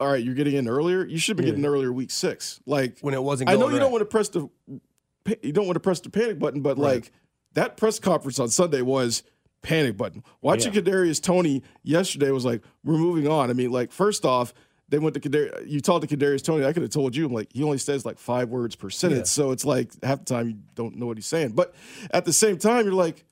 all right, you're getting in earlier. You should have been getting in earlier week six, like when it wasn't. I know going you right. don't want to press the, pa- you don't want to press the panic button, but Right. like that press conference on Sunday was panic button. Watching Kadarius Tony yesterday was like, we're moving on. I mean, like first off. They went to Kadarius. You talked to Kadarius Tony. I could have told you. I'm like, he only says like five words per sentence, so it's like half the time you don't know what he's saying. But at the same time, you're like,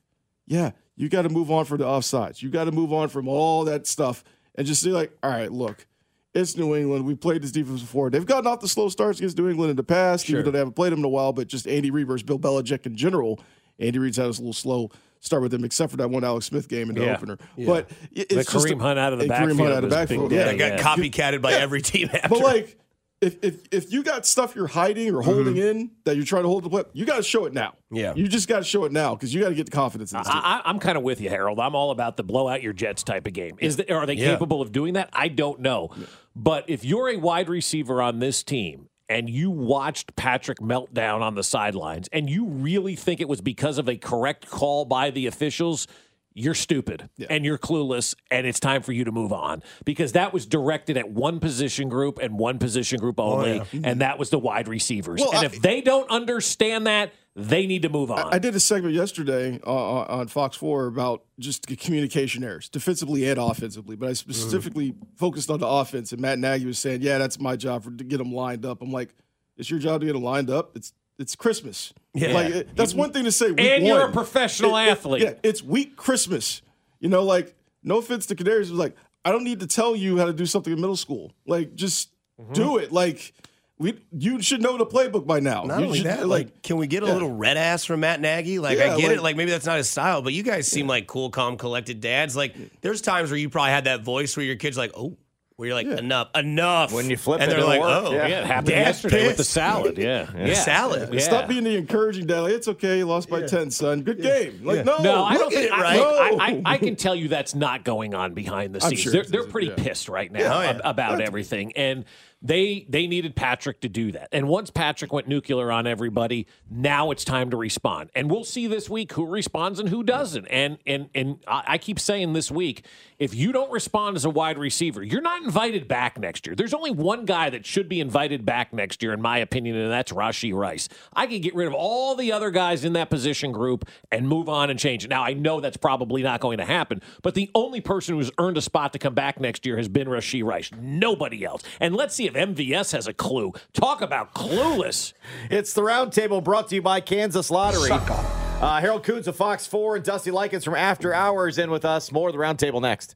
yeah, you got to move on from the offsides. You got to move on from all that stuff and just be like, all right, look, it's New England. We played this defense before. They've gotten off the slow starts against New England in the past, even though they haven't played them in a while, but just Andy Reid versus Bill Belichick in general. Andy Reid's had us a little slow start with them, except for that one Alex Smith game in the Yeah. opener. Yeah. But it- The it's just Kareem Hunt out of the and Kareem Hunt backfield out of the was big backfield. day, Yeah, They got copycatted by every team <laughs> after. But like, if, if if you got stuff you're hiding or holding in that you're trying to hold the play, you got to show it now. Mm-hmm. Yeah. you just got to show it now because you got to get the confidence in this team. I, I- I'm kind of with you, Harold. I'm all about the blow out your Jets type of game. Is that, are they Yeah. capable of doing that? I don't know. But if you're a wide receiver on this team and you watched Patrick meltdown on the sidelines and you really think it was because of a correct call by the officials, you're stupid and you're clueless and it's time for you to move on because that was directed at one position group and one position group only Oh, yeah. and that was the wide receivers. Well, and I- if they don't understand that, they need to move on. I did a segment yesterday uh, on Fox 4 about just the communication errors, defensively and offensively, but I Mm-hmm. specifically focused on the offense. And Matt Nagy was saying, "Yeah, that's my job for, to get them lined up." I'm like, "It's your job to get them lined up. It's it's Christmas. Yeah. like it- that's one thing to say. Week And you're a one. professional It- it- athlete. yeah, it's week Christmas. You know, like no offense to Canaries, was like I don't need to tell you how to do something in middle school. Like just Mm-hmm. do it. Like." We, you should know the playbook by now. Not You only should- that, like, can we get a yeah. little red ass from Matt Nagy? Like, Yeah, I get like- it. Like, maybe that's not his style, but you guys seem like cool, calm, collected dads. Like, there's times where you probably had that voice where your kid's like, oh, where you're like, enough, enough. When you flip and it, they're it'll like, work. oh, Yeah. Yeah, it happened Dad's yesterday with the pissed. salad. Yeah, The yeah. salad. Yeah. Stop being the encouraging dad. It's okay. You lost by ten, son. Good game. Like no, no, I Oh, look don't at think. it, I, right? look, No. I, I, I can tell you that's not going on behind the I'm scenes. sure they're it they're isn't, pretty yeah. pissed right now Yeah, oh, yeah. ab- about everything, and they they needed Patrick to do that. And once Patrick went nuclear on everybody, now it's time to respond. And we'll see this week who responds and who doesn't. And and and I, I keep saying this week, if you don't respond as a wide receiver, you're not invited back next year. There's only one guy that should be invited back next year, in my opinion, and that's Rashi Rice. I could get rid of all the other guys in that position group and move on and change it. Now, I know that's probably not going to happen, but the only person who's earned a spot to come back next year has been Rashi Rice. Nobody else. And let's see if MVS has a clue. Talk about clueless. It's the roundtable brought to you by Kansas Lottery. Uh, Harold Coons of Fox 4 and Dusty Likens from After Hours in with us. More of the roundtable next.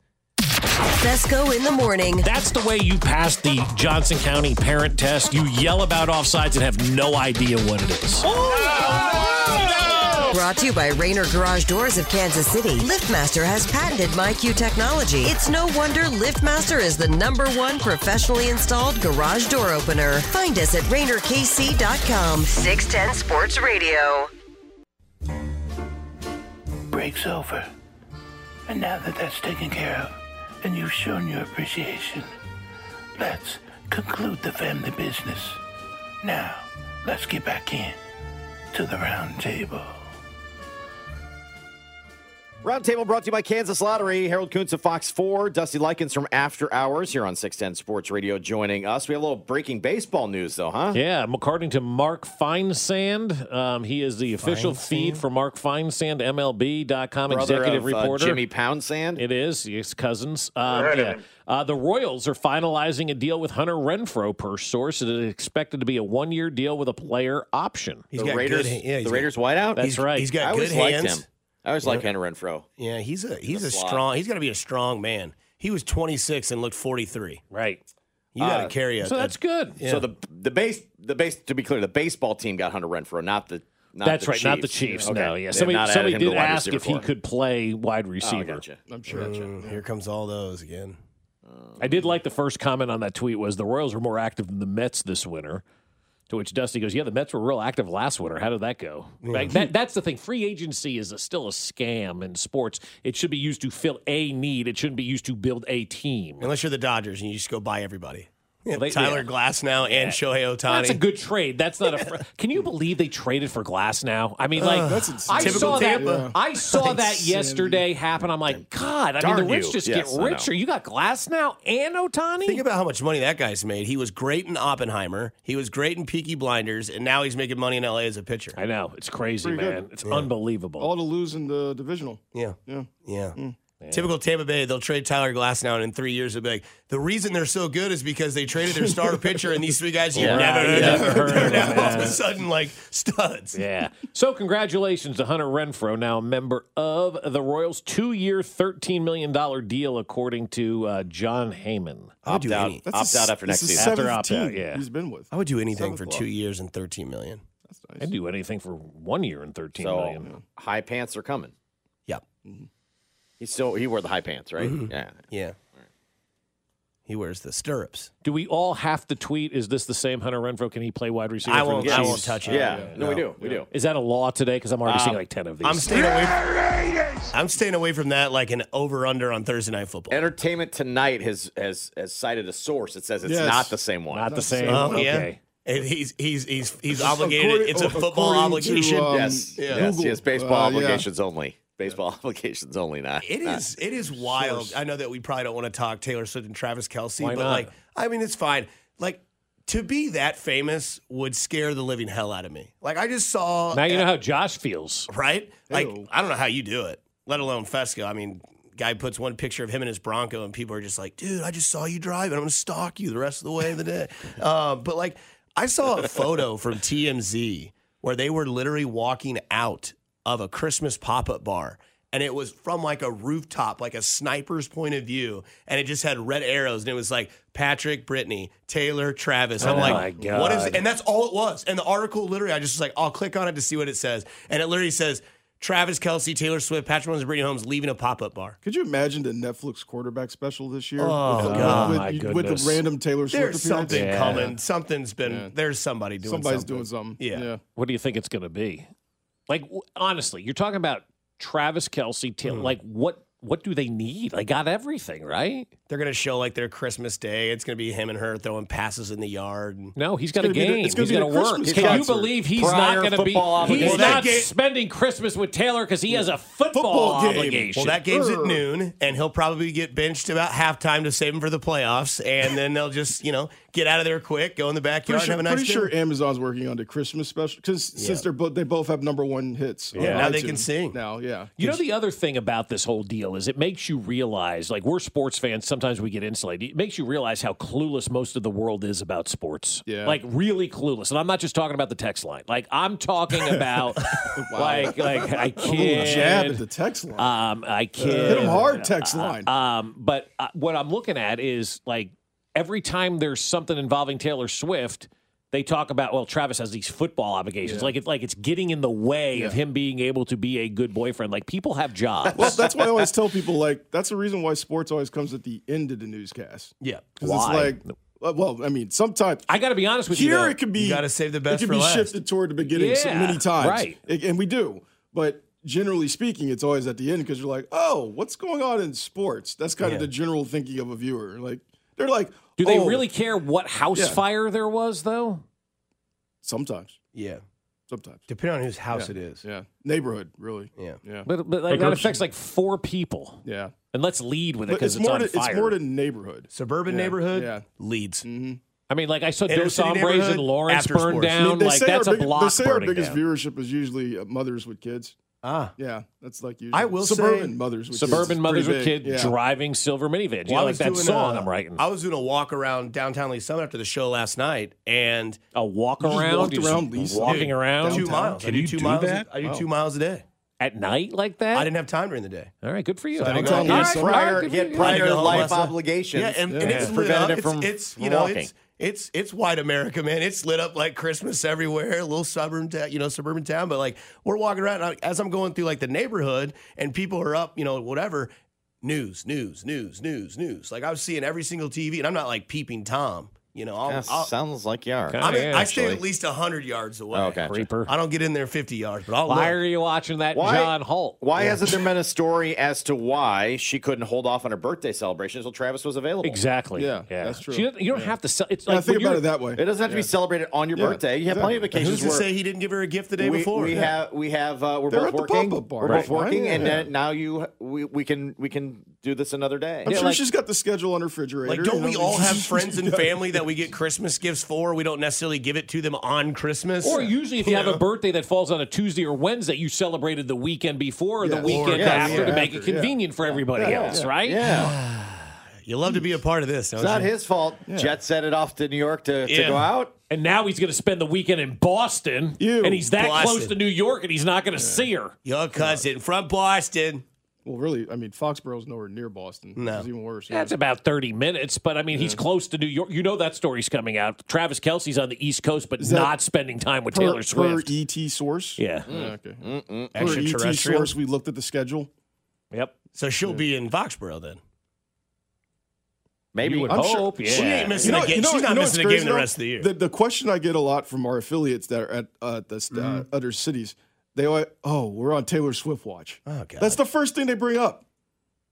Fesco in the morning. That's the way you pass the Johnson County parent test. You yell about offsides and have no idea what it is. Brought to you by Rainer Garage Doors of Kansas City. LiftMaster has patented MyQ technology. It's no wonder LiftMaster is the number one professionally installed garage door opener. Find us at RainerKC.com. 610 Sports Radio. breaks over. And now that that's taken care of, and you've shown your appreciation, let's conclude the family business. Now, let's get back in to the round table. Roundtable brought to you by Kansas Lottery. Harold Kuntz of Fox 4, Dusty Likens from After Hours here on 610 Sports Radio joining us. We have a little breaking baseball news, though, huh? Yeah, according to Mark Feinsand, um, he is the official feed for Mark Feinsand, MLB.com Brother executive of, uh, reporter. Jimmy Poundsand. It is his cousins. Um, Heard of yeah. him. Uh, the Royals are finalizing a deal with Hunter Renfro per source. It is expected to be a one-year deal with a player option. He's the got Raiders, good- yeah, he's the got- Raiders whiteout. That's He's- right. He's I got good always liked hands. him. I always liked Henry Renfro. Yeah, he's a he's a a slot. strong. He's got to be a strong man. He was 26 and looked 43. Right. You got to Uh, carry a, So that's good. So the the base the base to be clear, the baseball team got Hunter Renfro, not the not That's the right, Chiefs. not the Chiefs. Okay. No, yeah. They've Somebody, not added somebody him to did the wide ask receiver if he four. could play wide Oh, I receiver. gotcha. I'm sure. Mm, here comes all those again. I did like the first comment on that tweet was the Royals were more active than the Mets this winter. To which Dusty goes, "Yeah, the Mets were real active last winter. How did that go? Like that, that's the thing. Free agency is a, still a scam in sports. It should be used to fill a need. It shouldn't be used to build a team. Unless you're the Dodgers and you just go buy everybody. Well, they- Tyler yeah. Glass now and Shohei Otani. That's a good trade. That's not a. Fr- <laughs> Can you believe they traded for Glass now? I mean, like That's insane. I Typical saw that. Tampa. I saw that Insanity. yesterday happen. I'm like, God. I mean, Darn the rich you. just Yes, I get know. richer. You got Glass now and Otani. Think about how much money that guy's made. He was great in Oppenheimer. He was great in Peaky Blinders, and now he's making money in LA as a pitcher. I know it's crazy, Pretty good. man. It's unbelievable. All to lose in the divisional. Yeah. Yeah. Yeah. Hmm. Typical Tampa Bay, they'll trade Tyler Glass now, and in three years, they'll be like, the reason they're so good is because they traded their <laughs> starter pitcher, and these three guys you Yeah. never, Right. never Never heard <laughs> They're of now them, all of yeah. a sudden like studs. Yeah. So, congratulations to Hunter Renfro, now a member of the Royals' two year, $13 million deal, according to uh, John Heyman. I'd do Opt out. any- That's Opt the out after s- that's next the season. After seventh opt out, team yeah. He's been with. I would do anything Seventh for club. two years and thirteen million. That's I'd nice. do anything for one year and thirteen So million. high pants are coming. Yep. Mm-hmm. He still he wore the high pants, right? Yeah. Yeah. He wears the stirrups. Do we all have to tweet, is this the same Hunter Renfro? Can he play wide receiver? I for the won't. I Chiefs? won't touch it. yeah. No, we do. We do. Is that a law today? Because I'm already Um, seeing like 10 of these. I'm staying away. I'm staying away from that like an over under on Thursday night football. Entertainment Tonight has has has cited a source that says it's Yes. not the same one. Not the same. Oh okay. yeah, And he's he's he's he's obligated. it's a according- football according to, obligation. um, yes. yeah. Yes. Google. Yes. Baseball Uh, yeah. obligations only. Baseball <laughs> obligations only. Not. it Uh, not- is it is wild. I know that we probably don't want to talk Taylor Swift and Travis Kelsey, Why but not? like I mean, it's fine. Like to be that famous would scare the living hell out of me. Like I just saw Now you know how Josh feels. right? Like Ew. I don't know how you do it, let alone Fesco. I mean, guy puts one picture of him in his Bronco, and people are just like, "Dude, I just saw you drive, and I'm gonna stalk you the rest of the way of <laughs> the day." uh, but like, I saw a photo from TMZ where they were literally walking out of a Christmas pop up bar. And it was from like a rooftop, like a sniper's point of view. And it just had red arrows. And it was like Patrick, Brittany, Taylor, Travis. I'm Oh like, my God. what is, and that's all it was. And the article literally, I just was like, I'll click on it to see what it says. And it literally says, Travis Kelsey, Taylor Swift, Patrick Mahomes, and Brittany Holmes leaving a pop up bar. Could you imagine the Netflix quarterback special this year? Oh, with, the- God. with- My with goodness. the random Taylor Swift There's appearance? something coming. Something's been. There's somebody doing. Somebody's something. doing something. Yeah. What do you think it's going to be? Like w- honestly, you're talking about Travis Kelsey. Hmm. Taylor, Like what? What do they need? They got everything, right? They're gonna show like their Christmas day. It's gonna be him and her throwing passes in the yard. and- No, he's It's got a gonna be the- game. it's gonna he's be the got to work. Christmas Can you concert. believe he's Prior not going to be? football He's obligation. not Well, that ga- spending Christmas with Taylor because he has a football, obligation. Well, that game's at noon, and he'll probably get benched about halftime to save him for the playoffs, and then they'll just you know get out of there quick, go in the backyard, Pretty, sure, and have a nice pretty dinner. sure Amazon's working on the Christmas special because since they're both they both have number one hits. on Yeah. Now they iTunes can sing. Now, yeah. You know the other thing about this whole deal is it makes you realize, like we're sports fans, sometimes we get insulated. It makes you realize how clueless most of the world is about sports. Yeah. Like really clueless. And I'm not just talking about the text line. Like I'm talking <laughs> about like like I A little jab kid. at the text line. Um, I kid. Hit 'em hard, text line. Um, but uh, what I'm looking at is like every time there's something involving Taylor Swift, they talk about well, Travis has these football obligations. Yeah. Like it's like it's getting in the way of Yeah. him being able to be a good boyfriend. Like people have jobs. well, that's why I <laughs> always tell people like that's the reason why sports always comes at the end of the newscast. Yeah, because it's like. uh, Well, I mean, sometimes I got to be honest with you, Here though. it could be You gotta save the best It could for be last. shifted toward the beginning so Yeah, many times, right. It- and we do, but generally speaking, it's always at the end because you're like, oh, what's going on in sports? That's kind of the general thinking of a viewer. Like they're like, do they oh, really care what house Yeah. fire there was though? Sometimes, Yeah, sometimes depending on whose house Yeah. it is. yeah, neighborhood really, Yeah. yeah, But, but Like like, that grocery- affects like four people. yeah. And let's lead with it But because it's it's, more on to, fire. it's more to neighborhood. Suburban Yeah, neighborhood yeah. leads. I mean, like I saw Inner Dos city Hombres in neighborhood, Lawrence after burn sports. I mean, down. they Like say our that's a big- They block say our burning biggest down. viewership is usually uh, mothers with kids. Ah, Yeah, that's like usually I will say- suburban mothers with kids. Suburban is mothers pretty with big. kids Yeah. driving silver minivans. You Well, know, like that doing uh, song a- I'm writing. I was doing a walk around downtown Lee Summit after the show last night, and a walk You just around, walked you just around Lee's- walking Dude, around two Downtown? miles. I Can do you two do miles. a- that? I do Wow. two miles a day. at night like that. I didn't have time during the day. All right, good for you. I All don't right, tell all me right, prior- good for get you. prior- Your Idaho, life Alaska. obligations. Yeah, and, yeah. and it's lit prevented up. it from it's, it's from you know, walking. it's it's it's white America, man. It's lit up like Christmas everywhere. little suburban, ta- you know, suburban town. But like we're walking around and I, as I'm going through like the neighborhood, and people are up, you know, whatever. News, news, news, news, news. Like I was seeing every single TV, and I'm not like peeping tom. You know, I'll, Yeah, I'll, sounds like you are. Okay. I'm yeah, I stay at actually. least hundred yards away. Oh, gotcha. Creeper. I don't get in there 50 yards, but I'll Why look. are you watching that Why- John Holt? Why hasn't <laughs> there been a story as to why she couldn't hold off on her birthday celebration until Travis was available? Exactly. Yeah, that's true. She doesn't- you don't have to sell. It's Yeah, like I think when about you're- it that way. It doesn't have to be celebrated on your Yeah, birthday. You have plenty of Who's occasions to where say he didn't give her a gift the day we, before? we have we have uh, we're They're both at the working. pop-up bar, we're right? both working, Yeah. and then now you we, we can we can do this another day. I'm Yeah, sure like- she's got the schedule on her refrigerator. Like, you don't know? we all <laughs> have friends and family that we get Christmas gifts for? We don't necessarily give it to them on Christmas. Or usually, if you You have a know? birthday that falls on a Tuesday or Wednesday, you celebrated the weekend before or the Yeah. Or, weekend yeah, after yeah, to make it after, yeah. convenient for everybody else, right? yeah, you love to be a part of this. it's not his fault. Jet set it off to New York to, to Yeah. go out. And now he's going to spend the weekend in Boston, Ew, and he's that Boston. close to New York, and he's not going to see her. Your cousin from Boston. Well, really, I mean, Foxborough's nowhere near Boston. No. It's even worse. That's about 30 minutes, but I mean, he's close to New York. You know that story's coming out. Travis Kelsey's on the East Coast, but that not spending time with per, e- Mm. Taylor Swift. Per ET source. yeah. Yeah, okay. Per ET Extraterrestrial. source, we looked at the schedule. Yep. So she'll be in Foxborough then. Maybe You would I'm sure- hope. yeah. She ain't missing a game. She's not missing a what's game the crazy, rest of the year. The, the question I get a lot from our affiliates that are at uh, the st- uh, Mm-hmm. other cities, they all, oh, we're on Taylor Swift watch. oh God. That's the first thing they bring up.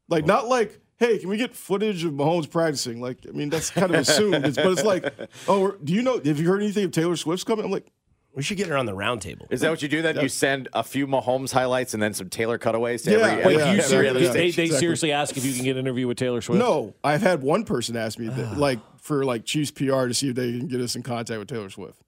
Like, not like, hey, can we get footage of Mahomes practicing? Like, I mean, that's kind of assumed. It's, but it's <laughs> like, oh, we're- do you know, have you heard anything of Taylor Swift's coming? I'm like, we should get her on the round table. Is that what you do? Then you send a few Mahomes highlights and then some Taylor cutaways to every. Yeah, every, Wait, yeah, you every yeah, ser- other yeah. they, station. they Exactly. seriously ask if you can get an interview with Taylor Swift? no, I've had one person ask me, Ah. that, like, for like Chiefs PR to see if they can get us in contact with Taylor Swift.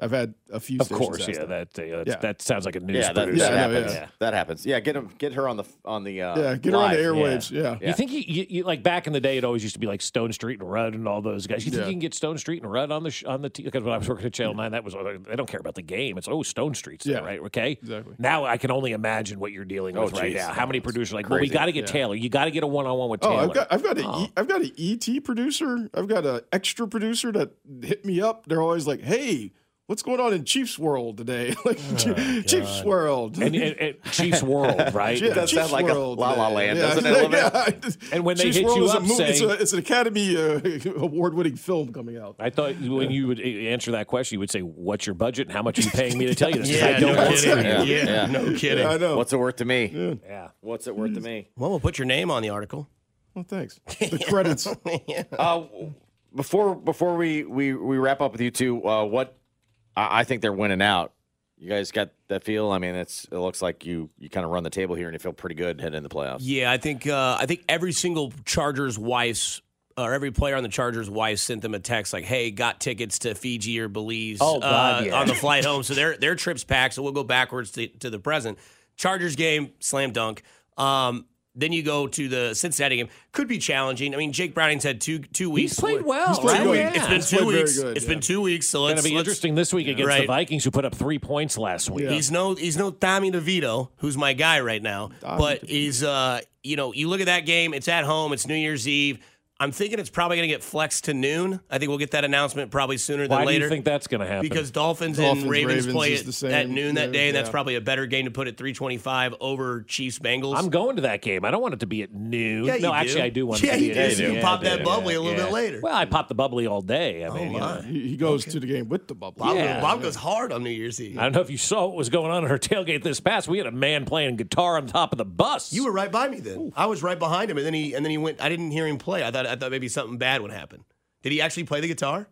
I've had a few. Of stations course, ask yeah. that. That uh, that's, Yeah. that sounds like a news Yeah, that, producer. that Yeah, I know, happens. yeah. That happens. Yeah, get him. Get her on the on the. Uh, Yeah, get her on the live. airwaves. Yeah. Yeah. You think you, you, you like back in the day, it always used to be like Stone Street and Rudd and all those guys. You think Yeah. you can get Stone Street and Rudd on the sh- on the t- because when I was working at Channel Nine, that was uh, they don't care about the game. It's oh Stone Street's there, Yeah. right? Okay, Exactly. Now I can only imagine what you're dealing with Oh, right geez. now. How many producers are like, well, we crazy. got to get Taylor. You got to get a one on one with Oh, Taylor. I've got <laughs> I've got a Oh. E- I've got an ET producer. I've got an extra producer that hit me up. They're always like, "Hey, what's going on in Chiefs world today? <laughs> like Oh, Chiefs world. And, and, and Chiefs World, right? Yeah, Chiefs World today. Yeah. Yeah, I just- And when they Chiefs hit World you is a up movie- it's, saying- a- it's an Academy uh, <laughs> award-winning film coming out. I thought when you would a- answer that question, you would say, "What's your budget? and How much are you paying me to tell you this?" 'Cause <laughs> Yeah, I don't no <laughs> answer kidding. you. Yeah, no kidding. I know. What's it worth to me? Yeah. Yeah. What's it worth to me? Well, we'll put your name on the article. <laughs> Well, Oh, thanks. The credits. Uh, w- before before we, we, we wrap up with you two, uh, what I, I think they're winning out. You guys got that feel? I mean, it's it looks like you you kind of run the table here and you feel pretty good heading into the playoffs. Yeah, I think uh, I think every single Chargers wife's or every player on the Chargers wife sent them a text like, "Hey, got tickets to Fiji or Belize Oh, God, uh, yeah. on the flight home." So their their trip's packed. So we'll go backwards to, to the present. Chargers game, slam dunk. Um, then you go to the Cincinnati game. Could be challenging. I mean, Jake Browning's had two two weeks. played well, He's played right? good. Yeah. It's been He's two played very weeks. good, It's yeah. been two weeks. So It's let's going to be let's- interesting this week against Right. the Vikings, who put up three points last week. Yeah. He's no he's no Tommy DeVito, who's my guy right now. but he's uh you know, you look at that game, it's at home, it's New Year's Eve. I'm thinking it's probably gonna get flexed to noon. I think we'll get that announcement probably sooner Why than do later. you think that's going to happen? because Dolphins, Dolphins, and Ravens, Ravens play is it the same, at noon that yeah, day, and that's yeah. probably a better game to put at 325 over Chiefs Bengals. I'm going to that game. I don't want it to be at noon. Yeah, you no, actually, do. I do want Yeah, it to be you at do. noon. So you Yeah, pop I that do. bubbly a little Yeah. bit later. Oh, Well, I pop the bubbly all day. I mean, you know. He, he goes to the game with the bubble. Bob, yeah. Bob goes hard on New Year's Eve. I don't know if you saw what was going on at our <laughs> tailgate this past. We had a man playing guitar on top of the bus. You were right by me then. I was right behind him, and then he and then he went. I didn't hear him play. I thought I thought maybe something bad would happen. Did he actually play the guitar?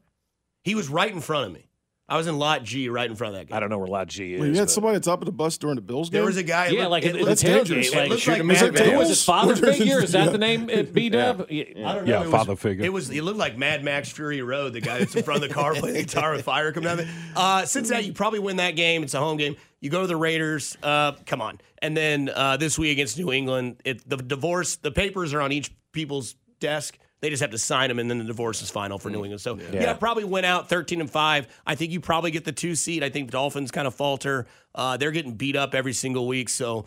He was right in front of me. I was in lot G, right in front of that guy. I don't know where Lot G is. Wait, you had but- somebody on top of the bus during the Bills game. There was a guy. it yeah, looked- like it at the looked- that's dangerous. tailgate. It Like, looks like shooting Matt Mad Max. Max. Was <laughs> it father What is figure? it? Is that the name? uh, B Dub. I don't know. Yeah, it was- father figure. It was. It looked like Mad Max Fury Road. The guy that's in front of the car playing the guitar with fire coming out of it. Uh, Cincinnati, you probably win that game. It's a home game. You go to the Raiders. Uh, come on, and then uh, this week against New England, it, the divorce. The papers are on each people's desk. They just have to sign them, and then the divorce is final for New England. So yeah, probably win out thirteen and five. I think you probably get the two seed. I think the Dolphins kind of falter. Uh, they're getting beat up every single week. So.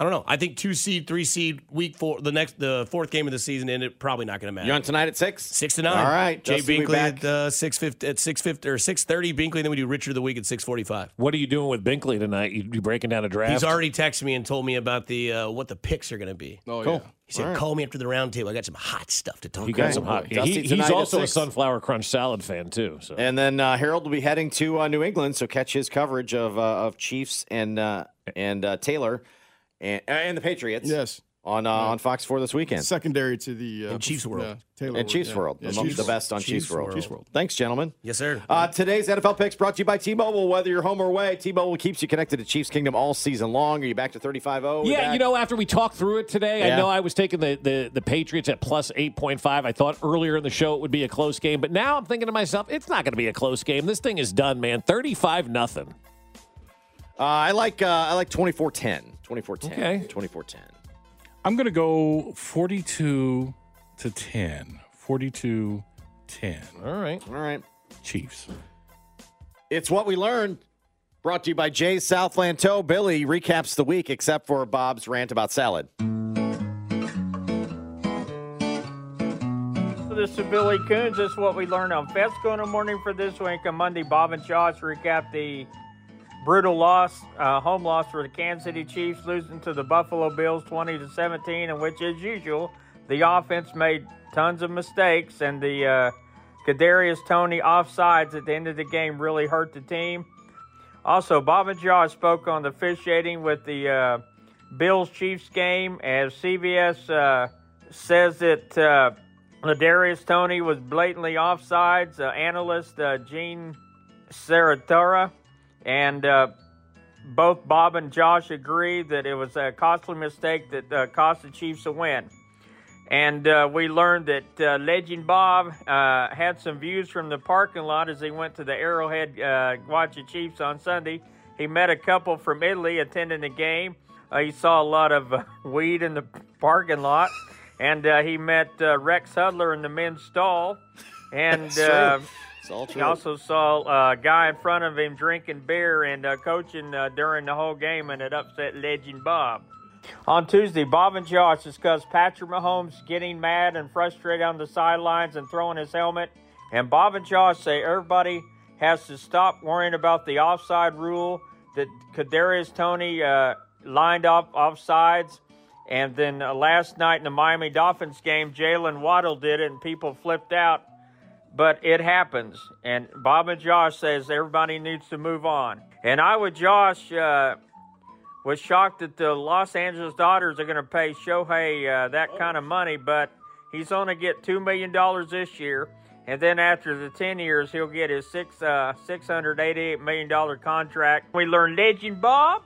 I don't know. I think two seed, three seed, week four, the next, the fourth game of the season, and it probably not going to matter. You on tonight at six? Six to nine. All right, Jay Justin will Binkley be back. at uh, six fifty at six fifty or six thirty. Binkley. Then we do Richard of the week at six forty five. What are you doing with Binkley tonight? You, you breaking down a draft? He's already texted me and told me about the uh, what the picks are going to be. Oh, yeah. He said, "Call me after the round table. I got some hot stuff to talk He about." got some hot. Dusty He, tonight he's at also a six. sunflower crunch salad fan too. So And then uh, Harold will be heading to uh, New England, so catch his coverage of uh, of Chiefs and uh, and uh, Taylor and uh, and the Patriots. Yes. on uh, on Fox Four this weekend. secondary to the uh, In Chiefs world. yeah, Taylor and Chiefs yeah. World, Yeah, the, mo- Chiefs the world. best on Chiefs, Chiefs World. World. Chiefs World. Thanks, gentlemen. Yes, sir. Uh, today's NFL picks brought to you by T-Mobile. Whether you're home or away, T-Mobile keeps you connected to Chiefs Kingdom all season long. Are you back to 35-0? We Yeah, back? you know, after we talked through it today, Yeah. I know I was taking the, the, the Patriots at plus 8.5. I thought earlier in the show it would be a close game, but now I'm thinking to myself, it's not going to be a close game. This thing is done, man. 35 nothing. Uh, I like uh, I like 24-10. 24-10. Okay. 24-10. I'm going to go 42 to 10. 42 10. All right. All right. Chiefs. It's what we learned. Brought to you by Jay's Southland Toe. Billy recaps the week except for Bob's rant about salad. This is Billy Coons. This is what we learned on FESCO in the morning for this week. On Monday, Bob and Josh recap the brutal loss, uh, home loss for the Kansas City Chiefs, losing to the Buffalo Bills 20 to 17, in which, as usual, the offense made tons of mistakes, and the uh, Kadarius Tony offsides at the end of the game really hurt the team. Also, Bob and Josh spoke on the officiating with the uh, Bills Chiefs game as CBS uh, says that uh, Ladarius Tony was blatantly offsides. Uh, analyst uh, Gene Saratora and uh, both Bob and Josh agreed that it was a costly mistake that uh, cost the Chiefs a win. And uh, we learned that uh, Legend Bob uh, had some views from the parking lot as he went to the Arrowhead uh, watch the Chiefs on Sunday. He met a couple from Italy attending the game. Uh, he saw a lot of uh, weed in the parking lot, and uh, he met uh, Rex Hudler in the men's stall. And uh, It's all true. he also saw a guy in front of him drinking beer and uh, coaching uh, during the whole game, and it upset legend Bob. On Tuesday, Bob and Josh discussed Patrick Mahomes getting mad and frustrated on the sidelines and throwing his helmet. And Bob and Josh say everybody has to stop worrying about the offside rule that Kadarius Tony uh, lined up offsides. And then uh, last night in the Miami Dolphins game, Jalen Waddle did it, and people flipped out. But it happens. And Bob and Josh says everybody needs to move on. And I with Josh uh, was shocked that the Los Angeles Dodgers are going to pay Shohei uh, that kind of money, but he's only get two million dollars this year, and then after the ten years, he'll get his six uh, six hundred eighty-eight million dollar contract. We learned Legend Bob.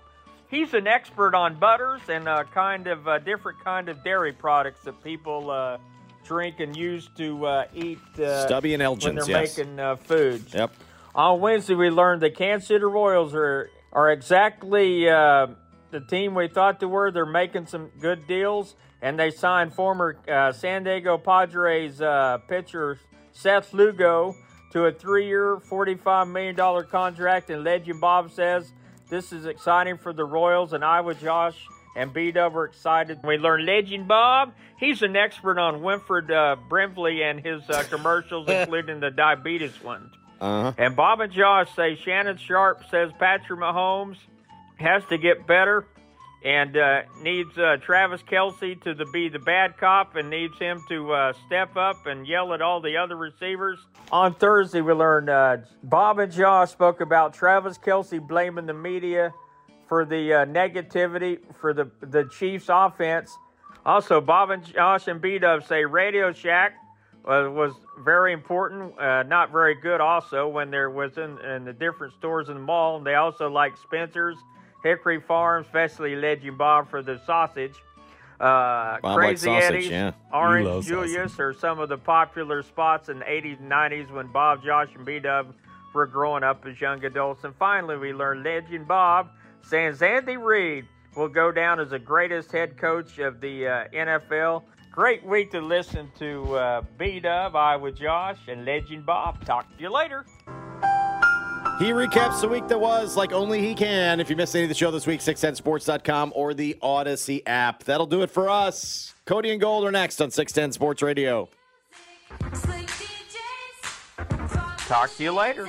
He's an expert on butters and uh, kind of uh, different kind of dairy products that people uh, drink and use to uh, eat. Uh, Stubby and Elgin's, when they're yes. making uh, food. Yep. On Wednesday, we learned the Kansas City Royals are are exactly uh, the team we thought they were. They're making some good deals, and they signed former uh, San Diego Padres uh, pitcher Seth Lugo to a three-year, forty-five million dollar contract. And Legend Bob says this is exciting for the Royals, and I with Josh and B Dub are excited. We learned Legend Bob. He's an expert on Winfred uh, Brimley and his uh, <laughs> commercials, including the diabetes ones. Uh-huh. And Bob and Josh say Shannon Sharp says Patrick Mahomes has to get better and uh, needs uh, Travis Kelsey to the, be the bad cop and needs him to uh, step up and yell at all the other receivers. On Thursday, we learned uh, Bob and Josh spoke about Travis Kelsey blaming the media for the uh, negativity for the, the Chiefs' offense. Also, Bob and Josh and B Dub say Radio Shack uh, was very important, uh, not very good also when there was in, in the different stores in the mall. And they also like Spencer's, Hickory Farm, especially Legend Bob for the sausage. Uh, likes Crazy sausage, Eddie's, yeah. He Orange loves Julius are some of the popular spots in the 80s and 90s when Bob, Josh, and B Dub were growing up as young adults. And finally, we learned Legend Bob saying Andy Reid will go down as the greatest head coach of the uh, NFL. Great week to listen to uh, B Dub, I with Josh, and Legend Bob. Talk to you later. He recaps the week that was like only he can. If you missed any of the show this week, 610sports.com or the Odyssey app. That'll do it for us. Cody and Gold are next on 610 Sports Radio. Talk to you later.